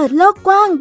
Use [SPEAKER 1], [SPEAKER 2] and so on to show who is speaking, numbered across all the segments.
[SPEAKER 1] ด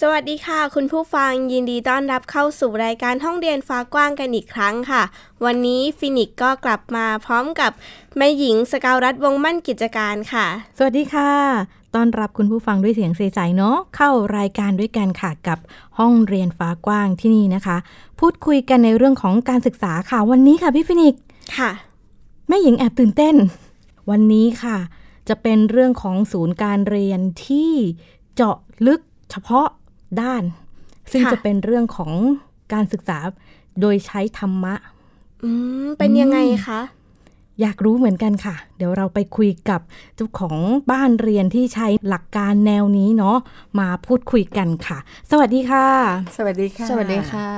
[SPEAKER 2] สวัสดีค่ะ คุณผู้ฟังยินดีต้อนรับเข้าสู่รายการห้องเรียนฟ้ากว้างกันอีกครั้งค่ะ วันนี้ฟินิกก็กลับมาพร้อมกับแม่หญิงสกาวรัฐวงศ์มั่นกิจการค่ะ
[SPEAKER 3] สวัสดีค่ะ ต้อนรับคุณผู้ฟังด้วยเสียงใสๆเนาะ เข้ารายการด้วยกันค่ะกับห้องเรียนฟ้ากว้างที่นี่นะคะ พูดคุยกันในเรื่องของการศึกษาค่ะ วันนี้ค่ะพี่ฟินิกส์
[SPEAKER 2] ค่ะ
[SPEAKER 3] แม่หญิงแอบตื่นเต้น วันนี้ค่ะ จะเป็นเรื่องของศูนย์การเรียนที่เจาะลึกเฉพาะด้าน ซึ่ง
[SPEAKER 2] ค่ะ
[SPEAKER 3] จะเป็นเรื่องของการศึกษาโดยใช้ธรรมะ
[SPEAKER 2] อืมเป็นยังไงคะ
[SPEAKER 3] อยากรู้เหมือนกันค่ะ เดี๋ยวเราไปคุยกับเจ้าของบ้านเรียนที่ใช้หลักการแนวนี้เนาะมาพูดคุยกันค่ะ สวัสดีค่ะ
[SPEAKER 4] สวัสดีค่ะ
[SPEAKER 5] สวัสดีค่ะ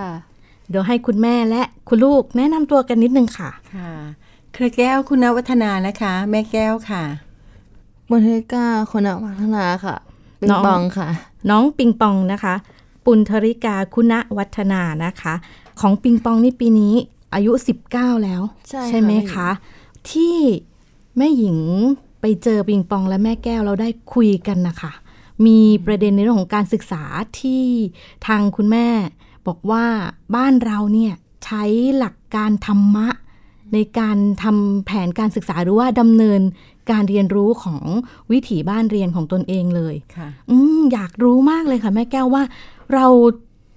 [SPEAKER 3] เดี๋ยวให้คุณแม่และคุณลูกแนะนำตัวกันนิดนึงค่ะ
[SPEAKER 4] ค่ะ เครือแก้วคุณนวัฒนานะคะ แม่แก้วค่ะ
[SPEAKER 5] มนทิกาคนวัฒนาค่ะปิง
[SPEAKER 3] น้อง
[SPEAKER 5] ปองค่ะ
[SPEAKER 3] น้องปิงปองนะคะ ปุณธริกาคุณวัฒนานะคะ ของปิงปองนี่ปีนี้อายุ 19 แล้ว
[SPEAKER 5] ใช่ค่ะ
[SPEAKER 3] ไหมคะ ที่แม่หญิงไปเจอปิงปองและแม่แก้วเราได้คุยกันนะคะมีประเด็นในเรื่องของการศึกษาที่ทางคุณแม่ บอกว่าบ้านเราเนี่ยใช้หลักการธรรมะ ในการทำแผนการศึกษาหรือว่าดำเนินการเรียนรู้ของวิถีบ้านเรียนของตนเองเลย
[SPEAKER 4] ค่ะ
[SPEAKER 3] อืมอยากรู้มากเลยค่ะ แม่แก้วว่า เรา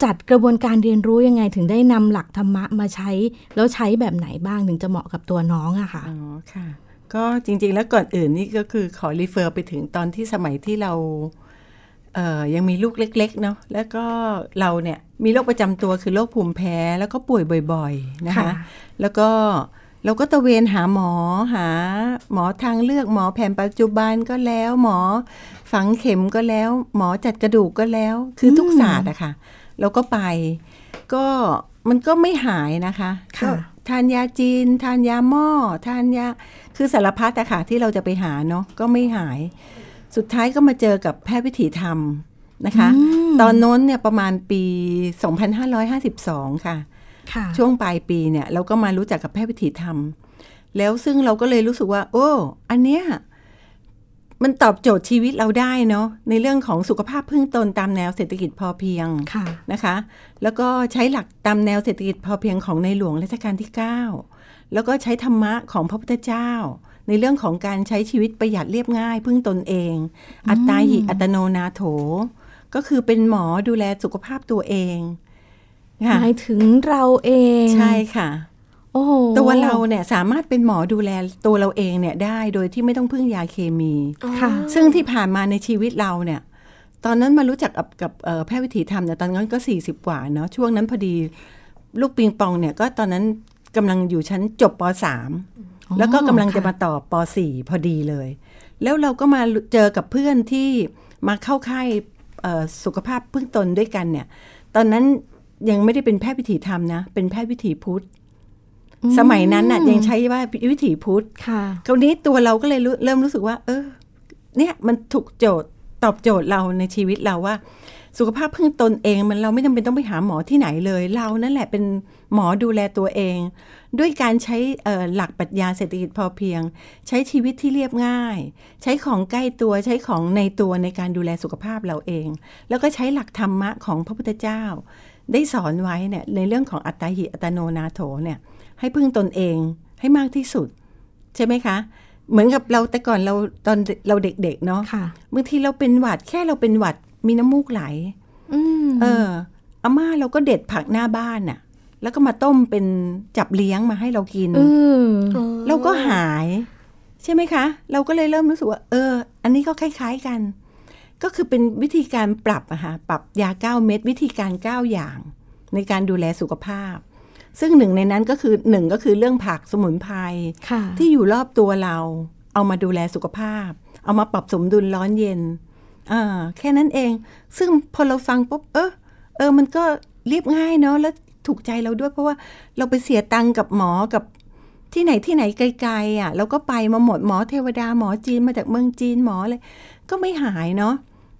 [SPEAKER 3] จัดกระบวนการเรียนรู้ยังไงถึงได้นำหลักธรรมะมาใช้ แล้วใช้แบบไหนบ้างถึงจะเหมาะกับตัวน้องอะค่ะ
[SPEAKER 4] อ๋อ ค่ะ ก็จริงๆ แล้วก่อนอื่นนี่ก็คือขอรีเฟอร์ไปถึงตอนที่สมัยที่เรา เอ่อ ยังมีลูกเล็ก ๆ เนาะ แล้วก็เราเนี่ยมีโรคประจำตัวคือโรคภูมิแพ้ แล้วก็ป่วยบ่อย ๆ นะคะ
[SPEAKER 3] ค่ะ
[SPEAKER 4] แล้วก็เราก็ตระเวนหาหมอหาหมอทางเลือกหมอแผนปัจจุบันก็แล้ว หมอฝังเข็มก็แล้ว หมอจัดกระดูกก็แล้ว คือทุกศาสตร์อะค่ะเราก็ไป ก็มันก็ไม่หายนะคะ
[SPEAKER 3] ค่ะ
[SPEAKER 4] ก็ทานยาจีน ทานยาหม้อทานยาคือสารพัดอะค่ะที่เราจะไปหาเนาะก็ไม่หาย สุดท้ายก็มาเจอกับแพทย์วิถีธรรมนะคะ ตอนโน้นเนี่ยประมาณปี 2552 ค่ะ
[SPEAKER 3] ค่ะ
[SPEAKER 4] ช่วงปลายปีเนี่ยเราก็มารู้จักกับแพทย์วิถีธรรม แล้วซึ่งเราก็เลยรู้สึกว่า โอ้ อันเนี้ยมันตอบโจทย์ชีวิตเราได้เนาะในเรื่องของสุขภาพพึ่งตนตามแนวเศรษฐกิจพอเพียง
[SPEAKER 3] ค่ะ
[SPEAKER 4] นะคะ แล้วก็ใช้หลักตามแนวเศรษฐกิจพอเพียงของในหลวงรัชกาลที่ 9 แล้วก็ใช้ธรรมะของพระพุทธเจ้า ในเรื่องของการใช้ชีวิตประหยัดเรียบง่าย พึ่งตนเอง อัตตาหิอัตโนนาโถ ก็คือเป็นหมอดูแลสุขภาพตัวเองค่ะ
[SPEAKER 3] หมายถึงเราเอง
[SPEAKER 4] ใช่ค่ะ
[SPEAKER 3] โอ้โห
[SPEAKER 4] ตัวเราเนี่ยสามารถเป็นหมอดูแลตัวเราเองเนี่ยได้โดยที่ไม่ต้องพึ่งยาเคมี
[SPEAKER 3] ค่ะ
[SPEAKER 4] ซึ่งที่ผ่านมาในชีวิตเราเนี่ย ตอนนั้นมารู้จักกับกับเอ่อแพทย์วิถีธรรมเนี่ยตอนนั้นก็ 40 กว่าเนาะช่วงนั้นพอดี ลูกปิงปองเนี่ยก็ตอนนั้นกำลังอยู่ชั้นจบป
[SPEAKER 3] อ๋อ
[SPEAKER 4] .3 แล้วก็กำลังจะมาต่อป .4 พอดีเลย แล้วเราก็มาเจอกับเพื่อนที่มาเข้าค่ายเอ่อสุขภาพพึ่งตนด้วยกันเนี่ย ตอนนั้นยังไม่ได้เป็นแพทย์วิถีธรรมนะ เป็นแพทย์วิถีพุทธ สมัยนั้นน่ะยังใช้ว่าวิถีพุทธ
[SPEAKER 3] ค่ะ
[SPEAKER 4] คราวนี้ตัวเราก็เลยรู้เริ่มรู้สึกว่า เออ เนี่ยมันถูกโจทย์ตอบโจทย์เราในชีวิตเราว่า สุขภาพพึ่งตนเองมันเราไม่จำเป็นต้องไปหาหมอที่ไหนเลย เรานั่นแหละเป็นหมอดูแลตัวเอง ด้วยการใช้เอ่อหลักปรัชญาเศรษฐกิจพอเพียง ใช้ชีวิตที่เรียบง่าย ใช้ของใกล้ตัวใช้ของในตัวในการดูแลสุขภาพเราเอง แล้วก็ใช้หลักธรรมะของพระพุทธเจ้า ได้สอนไว้เนี่ยในเรื่องของอัตตาหิอัตโนนาโถเนี่ยให้พึ่งตนเองให้มากที่สุด ใช่ไหมคะ เหมือนกับเราแต่ก่อนเราตอนเราเด็กๆเนาะ
[SPEAKER 3] ค่ะ
[SPEAKER 4] บางทีเราเป็นหวัดแค่เราเป็นหวัดมีน้ำมูกไหล
[SPEAKER 3] อืม
[SPEAKER 4] เอออาม่าเราก็เด็ดผักหน้าบ้านน่ะ แล้วก็มาต้มเป็นจับเลี้ยงมาให้เรากิน
[SPEAKER 3] เออ
[SPEAKER 4] เราก็หาย ใช่ไหมคะ เราก็เลยเริ่มรู้สึกว่า เออ อันนี้ก็คล้าย ๆกัน ก็คือเป็นวิธีการปรับอะค่ะปรับยาเก้าเม็ดวิธีการเก้าอย่าง ในการดูแลสุขภาพ ซึ่งหนึ่งในนั้นก็คือหนึ่งก็คือเรื่องผักสมุนไพร
[SPEAKER 3] ค่ะ
[SPEAKER 4] ที่อยู่รอบตัวเรา เอามาดูแลสุขภาพ เอามาปรับสมดุลร้อนเย็นอ่าแค่นั้นเอง ซึ่งพอเราฟังปุ๊บ เออเออ มันก็เรียบง่ายเนาะแล้วถูกใจเราด้วยเพราะว่าเราไปเสียตังค์กับหมอกับ ที่ไหนที่ไหนไกลๆอ่ะแล้วก็ไปมาหมดหมอเทวดาหมอจีนมาจากเมืองจีนหมอเลย ก็ไม่หายเนาะ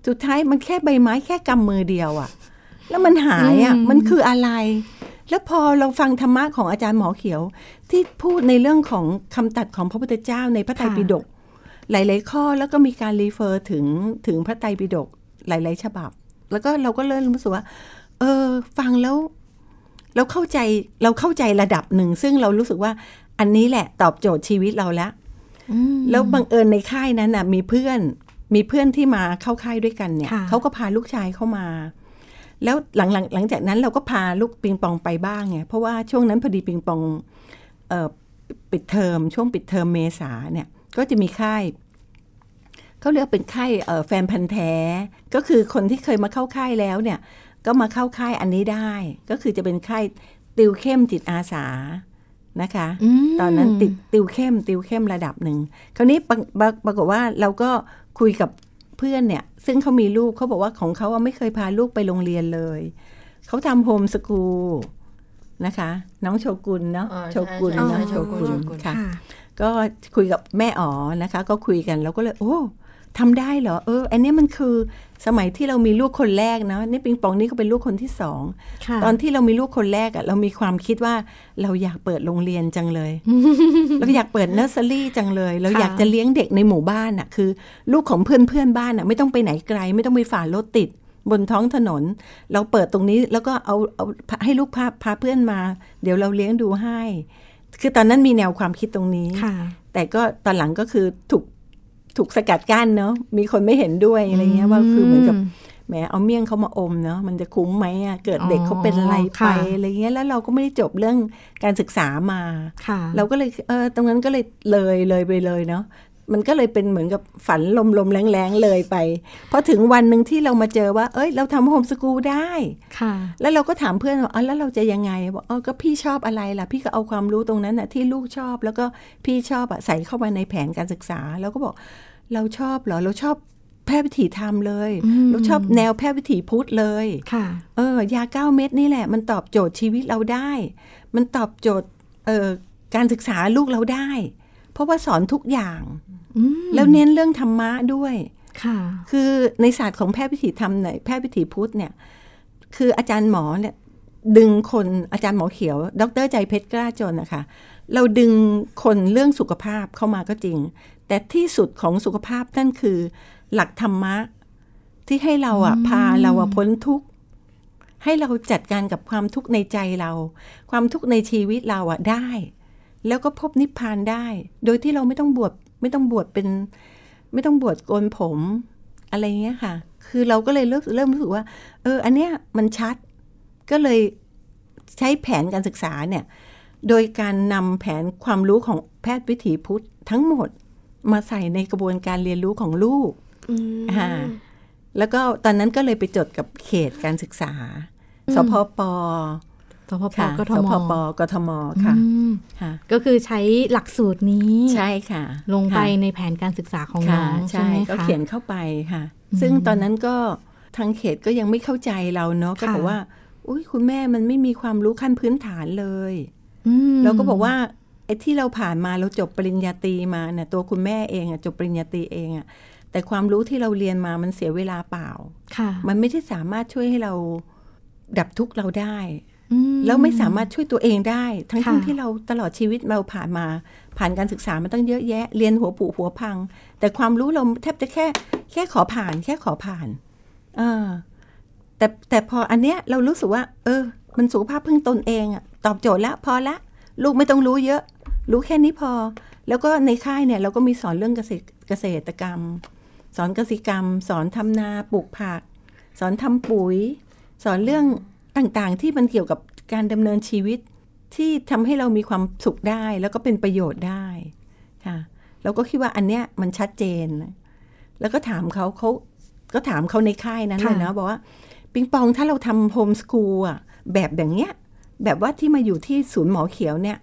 [SPEAKER 4] สุดท้ายมันแค่ใบไม้แค่กำมือเดียวอ่ะ แล้วมันหายอ่ะมันคืออะไร แล้วพอเราฟังธรรมะของอาจารย์หมอเขียว ที่พูดในเรื่องของคำตัดของพระพุทธเจ้าในพระไตรปิฎกหลาย ๆ ข้อแล้วก็มีการรีเฟอร์ถึงถึงพระไตรปิฎกหลาย ๆ ฉบับ แล้วก็เราก็เริ่มรู้สึกว่า เออ ฟังแล้ว เราเข้าใจเราเข้าใจระดับหนึ่ง ซึ่งเรารู้สึกว่าอันนี้แหละตอบโจทย์ชีวิตเราแล้วแล้วบังเอิญในค่ายนั้นน่ะ มีเพื่อน มีเพื่อนที่มาเข้าค่ายด้วยกันเนี่ย
[SPEAKER 3] ค่ะ
[SPEAKER 4] เขาก็พาลูกชายเข้ามา แล้วหลังหลังหลังจากนั้นเราก็พาลูกปิงปองไปบ้างไงเพราะว่าช่วงนั้นพอดีปิงปองเอ่อปิดเทอมช่วงปิดเทอมเมษาเนี่ย ก็จะมีค่าย เขาเรียกเป็นค่ายเอ่อแฟนพันธ์แท้ ก็คือคนที่เคยมาเข้าค่ายแล้วเนี่ย ก็มาเข้าค่ายอันนี้ได้ ก็คือจะเป็นค่ายติวเข้มจิตอาสานะคะ ตอนนั้นติดติวเข้มติวเข้มระดับหนึ่งคราวนี้ปรปรปรากฏว่าเราก็คุยกับเพื่อนเนี่ย ซึ่งเขามีลูกเขาบอกว่าของเขาอะไม่เคยพาลูกไปโรงเรียนเลย เขาทำโฮมสกูลนะคะ น้องโชกุนเนาะ
[SPEAKER 5] อ่าใช่
[SPEAKER 4] โชกุน
[SPEAKER 5] ใช่
[SPEAKER 4] น้อง
[SPEAKER 5] ใช่
[SPEAKER 4] โชกุน
[SPEAKER 5] โชกุน
[SPEAKER 4] ค่ะ ก็คุยกับแม่อ๋อนะคะ ก็คุยกันแล้วก็เลย โอ้ทำได้เหรอเออ อันเนี้ยมันคือสมัยที่เรามีลูกคนแรกเนาะนี่ปิงปองนี่ก็เป็นลูกคนที่สอง
[SPEAKER 3] ค่ะ
[SPEAKER 4] ตอนที่เรามีลูกคนแรกอะเรามีความคิดว่าเราอยากเปิดโรงเรียนจัง เลย เราอยากเปิดเนอร์เซอรี่จังเลย เราอยากจะเลี้ยงเด็กในหมู่บ้านอะคือ ลูกของเพื่อนเพื่อนๆบ้านอะไม่ต้องไปไหนไกล ไม่ต้องไปฝ่ารถติด บนท้องถนน เราเปิดตรงนี้แล้วก็เอาเอาให้ลูกพาพาเพื่อนมา เดี๋ยวเราเลี้ยงดูให้ คือตอนนั้นมีแนวความคิดตรงนี้
[SPEAKER 3] ค่ะ
[SPEAKER 4] แต่ก็ตอนหลังก็คือถูกถูกสกัดกั้นเนาะมีคนไม่เห็นด้วยอะไรเงี้ยว่าคือเหมือนกับแหมเอาเมี่ยงเขามาอมเนาะมันจะคุ้มไหมอะเกิดเด็กเขาเป็นอะไร
[SPEAKER 3] อ๋อ
[SPEAKER 4] ไป
[SPEAKER 3] ค่ะ
[SPEAKER 4] อะไรเงี้ยแล้วเราก็ไม่ได้จบเรื่องการศึกษามา
[SPEAKER 3] ค่ะ
[SPEAKER 4] เราก็เลยเออตรงนั้นก็เลยเลยเลยไปเลยเนาะมันก็เลยเป็นเหมือนกับฝันลมลมๆแรงๆเลยไปพอถึงวันหนึ่งที่เรามาเจอว่า เอ้ย เราทำโฮมสกูลได้
[SPEAKER 3] ค่ะ
[SPEAKER 4] แล้วเราก็ถามเพื่อนว่าอ๋อแล้วเราจะยังไงบอกอ๋อก็พี่ชอบอะไรล่ะ พี่ก็เอาความรู้ตรงนั้นน่ะที่ลูกชอบ แล้วก็พี่ชอบอะใส่เข้ามาในแผนการศึกษา แล้วก็บอก เราชอบเหรอ เราชอบแพทย์วิถีธรรมเลย
[SPEAKER 3] อืม
[SPEAKER 4] เราชอบแนวแพทย์วิถีพุทธเลย
[SPEAKER 3] ค่ะ
[SPEAKER 4] เออยาเก้าเม็ดนี่แหละ มันตอบโจทย์ชีวิตเราได้ มันตอบโจทย์เอ่อการศึกษาลูกเราได้ เพราะว่าสอนทุกอย่าง
[SPEAKER 3] อืม
[SPEAKER 4] แล้วเน้นเรื่องธรรมะด้วย
[SPEAKER 3] ค่ะ
[SPEAKER 4] คือในศาสตร์ของแพทย์พิถีธรรมในยแพทย์พิถีพุทธเนี่ย คืออาจารย์หมอเนี่ย ดึงคนอาจารย์หมอเขียว ดรใจเพชรกล้าจนนะคะ เราดึงคนเรื่องสุขภาพเข้ามาก็จริง แต่ที่สุดของสุขภาพนั่นคือ หลักธรรมะ ที่ให้เราอ่ะพาเราอะพ้นทุกข์ ให้เราจัดการกับความทุกข์ในใจเรา ความทุกข์ในชีวิตเราอ่ะได้ แล้วก็พบนิพพานได้ โดยที่เราไม่ต้องบวชไม่ต้องบวชเป็น ไม่ต้องบวชโกนผมอะไรเงี้ยค่ะ คือเราก็เลยเริ่มเริ่มรู้สึกว่า เออ อันเนี้ยมันชัด ก็เลยใช้แผนการศึกษาเนี่ย โดยการนำแผนความรู้ของแพทย์วิถีพุทธทั้งหมดมาใส่ในกระบวนการเรียนรู้ของลูก
[SPEAKER 2] อืม
[SPEAKER 4] อ่าแล้วก็ตอนนั้นก็เลยไปจดกับเขตการศึกษา สพป
[SPEAKER 3] สพป
[SPEAKER 4] ค่ะ
[SPEAKER 3] กท
[SPEAKER 4] ส
[SPEAKER 3] ม
[SPEAKER 4] พปกทมค่ะ
[SPEAKER 3] อืม
[SPEAKER 4] ค่ะ
[SPEAKER 3] ก็คือใช้หลักสูตรนี้
[SPEAKER 4] ใช่ค่ะ
[SPEAKER 3] ลงไป
[SPEAKER 4] ค่ะ
[SPEAKER 3] ในแผนการศึกษาของ
[SPEAKER 4] ค่ะ
[SPEAKER 3] น้องใช่ไหมคะ
[SPEAKER 4] ก็เขียนเข้าไปค่ะ ซึ่งตอนนั้นก็ทางเขตก็ยังไม่เข้าใจเราเนาะก็บอก
[SPEAKER 3] ค่ะ
[SPEAKER 4] ว่า อุ้ยคุณแม่มันไม่มีความรู้ขั้นพื้นฐานเลย
[SPEAKER 3] อืม
[SPEAKER 4] เราก็บอกว่าไอ้ที่เราผ่านมาเราจบปริญญาตรีมาเนี่ยตัวคุณแม่เองอะจบปริญญาตรีเองอะแต่ความรู้ที่เราเรียนมามันเสียเวลาเปล่า
[SPEAKER 3] ค่ะ
[SPEAKER 4] มันไม่ได้สามารถช่วยให้เราดับทุกข์เราได้
[SPEAKER 3] อืม
[SPEAKER 4] แล้วไม่สามารถช่วยตัวเองได้ ทั้ง
[SPEAKER 3] ค่ะ
[SPEAKER 4] ๆที่เราตลอดชีวิตเราผ่านมา ผ่านการศึกษามาตั้งเยอะแยะ เรียนหัวผูหัวพัง แต่ความรู้เราแทบจะแค่ แค่ขอผ่าน แค่ขอผ่านเออแต่แต่พออันเนี้ยเรารู้สึกว่า เออ มันสุขภาพพึ่งตนเองอะตอบโจทย์ละพอละ ลูกไม่ต้องรู้เยอะ รู้แค่นี้พอ แล้วก็ในค่ายเนี่ย เราก็มีสอนเรื่องเกษตรเกษตรกรรม สอนเกษตรกรรม สอนทำนาปลูกผัก สอนทำปุ๋ย สอนเรื่องต่างๆ ที่มันเกี่ยวกับการดำเนินชีวิต ที่ทำให้เรามีความสุขได้แล้วก็เป็นประโยชน์ได้ค่ะเราก็คิดว่าอันเนี้ยมันชัดเจน แล้วก็ถามเขาเขาก็ถามเขาในค่ายนั้นเลยนะบอกว่า ปิงปองถ้าเราทำโฮมสกูลอะแบบอย่างเนี้ย แบบว่าที่มาอยู่ที่ศูนย์หมอเขียวเนี่ย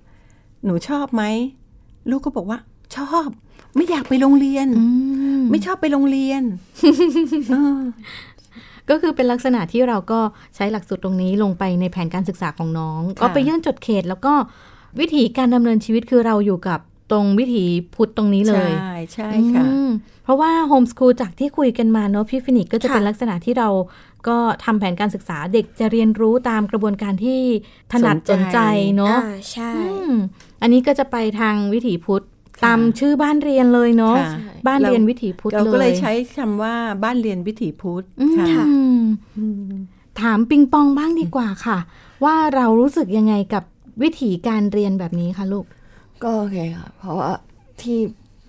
[SPEAKER 4] หนูชอบไหม ลูกก็บอกว่า ชอบ ไม่อยากไปโรงเรียน
[SPEAKER 3] อืม
[SPEAKER 4] ไม่ชอบไปโรงเรียนเออ
[SPEAKER 3] ก็คือเป็นลักษณะที่เราก็ใช้หลักสูตรตรงนี้ลงไปในแผนการศึกษาของน้อง ก็ไปยื่นจดเขตแล้วก็ วิถีการดำเนินชีวิตคือเราอยู่กับตรงวิถีพุทธต รงนี้เลย
[SPEAKER 4] ใช่ใช่ค่ะ
[SPEAKER 3] อืมเพราะว่าโฮมสคูลจากที่คุยกันมาเนอะพี่ฟินิกก็จะ
[SPEAKER 2] ค่ะ
[SPEAKER 3] เป็นลักษณะที่เราก็ทำแผนการศึกษาเด็กจะเรียนรู้ตามกระบวนการที่ถนัด
[SPEAKER 4] ส
[SPEAKER 3] ส
[SPEAKER 4] น
[SPEAKER 3] นใจ
[SPEAKER 4] ใจ
[SPEAKER 3] เนอะ
[SPEAKER 2] อ่าใช่
[SPEAKER 3] อืมอันนี้ก็จะไปทางวิถีพุทธตามชื่อบ้านเรียนเลยเนอะ
[SPEAKER 4] ค่ะ
[SPEAKER 3] บ้านเรียนวิถีพุทธ
[SPEAKER 4] เราก็
[SPEAKER 3] เล
[SPEAKER 4] เลย ยใช้คำว่าบ้านเรียนวิถีพุทธ
[SPEAKER 3] อืม
[SPEAKER 4] ค่ะ
[SPEAKER 3] อืมถามปิงปองบ้างดีกว่าค่ะ ว่าเรารู้สึกยังไงกับวิถีการเรียนแบบนี้คะลูก
[SPEAKER 5] ก็โอเคค่ะ เพราะว่าที่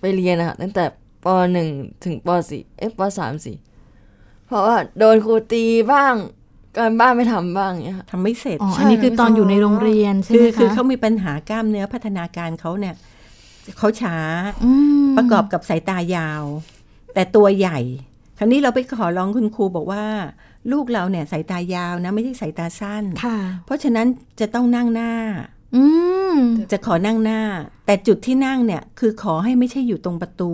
[SPEAKER 5] ไปเรียนอะตั้งแต่ปหนึ่งถึงปสี่เอ๊ะปสามสี่เพราะว่าโดนครูตีบ้างการบ้านไม่ทำบ้างเนี้ยค่ะ
[SPEAKER 4] ทำไม่เสร็จ
[SPEAKER 3] อ๋อ
[SPEAKER 5] ใช่
[SPEAKER 3] อันนี้คือตอนอยู่ในโรงเรียนใช่
[SPEAKER 4] คื
[SPEAKER 3] ไหม
[SPEAKER 4] อ
[SPEAKER 3] คะ
[SPEAKER 4] คือเขามีปัญหากล้ามเนื้อพัฒนาการเขาเนี่ยเขาช้า
[SPEAKER 3] อืม
[SPEAKER 4] ประกอบกับสายตายาว แต่ตัวใหญ่ คราวนี้เราไปขอร้องคุณครูบอกว่า ลูกเราเนี่ยสายตายาวนะไม่ใช่สายตาสั้น
[SPEAKER 3] ค่ะ
[SPEAKER 4] เพราะฉะนั้นจะต้องนั่งหน้า
[SPEAKER 3] อืม
[SPEAKER 4] จะขอนั่งหน้า แต่จุดที่นั่งเนี่ยคือขอให้ไม่ใช่อยู่ตรงประตู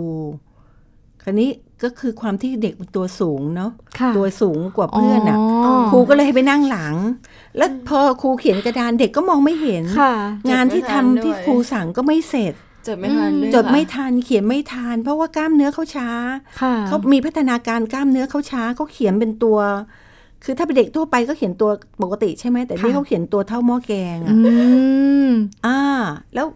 [SPEAKER 4] คราวนี้ก็คือความที่เด็กมันตัวสูงเนาะ
[SPEAKER 3] ค่ะ
[SPEAKER 4] ตัวสูงกว่าเพื่อนอ่ะ
[SPEAKER 3] อ
[SPEAKER 4] ครูก็เลยให้ไปนั่งหลัง แล้วพอครูเขียนกระดานเด็กก็มองไม่เห็น
[SPEAKER 3] ค่ะ
[SPEAKER 4] งานที่ทำที่
[SPEAKER 5] จดไม่ทันด้วย
[SPEAKER 4] ครูสั่งก็ไม่เสร็จ
[SPEAKER 5] จดไม่ทันด้วย
[SPEAKER 4] จดไม่
[SPEAKER 5] ค่ะ
[SPEAKER 4] ทันเขียนไม่ทันเพราะว่ากล้ามเนื้อเขาช้า
[SPEAKER 3] ค่ะ
[SPEAKER 4] เขามีพัฒนาการกล้ามเนื้อเขาช้าเขาเขียนเป็นตัว คือถ้าเป็นเด็กทั่วไปก็เขียนตัวปกติใช่ไหมแต่นี่เขาเขียนตัวเท่าหม้อแกง
[SPEAKER 3] อื
[SPEAKER 4] อะ
[SPEAKER 3] ม
[SPEAKER 4] อ่า แล้ว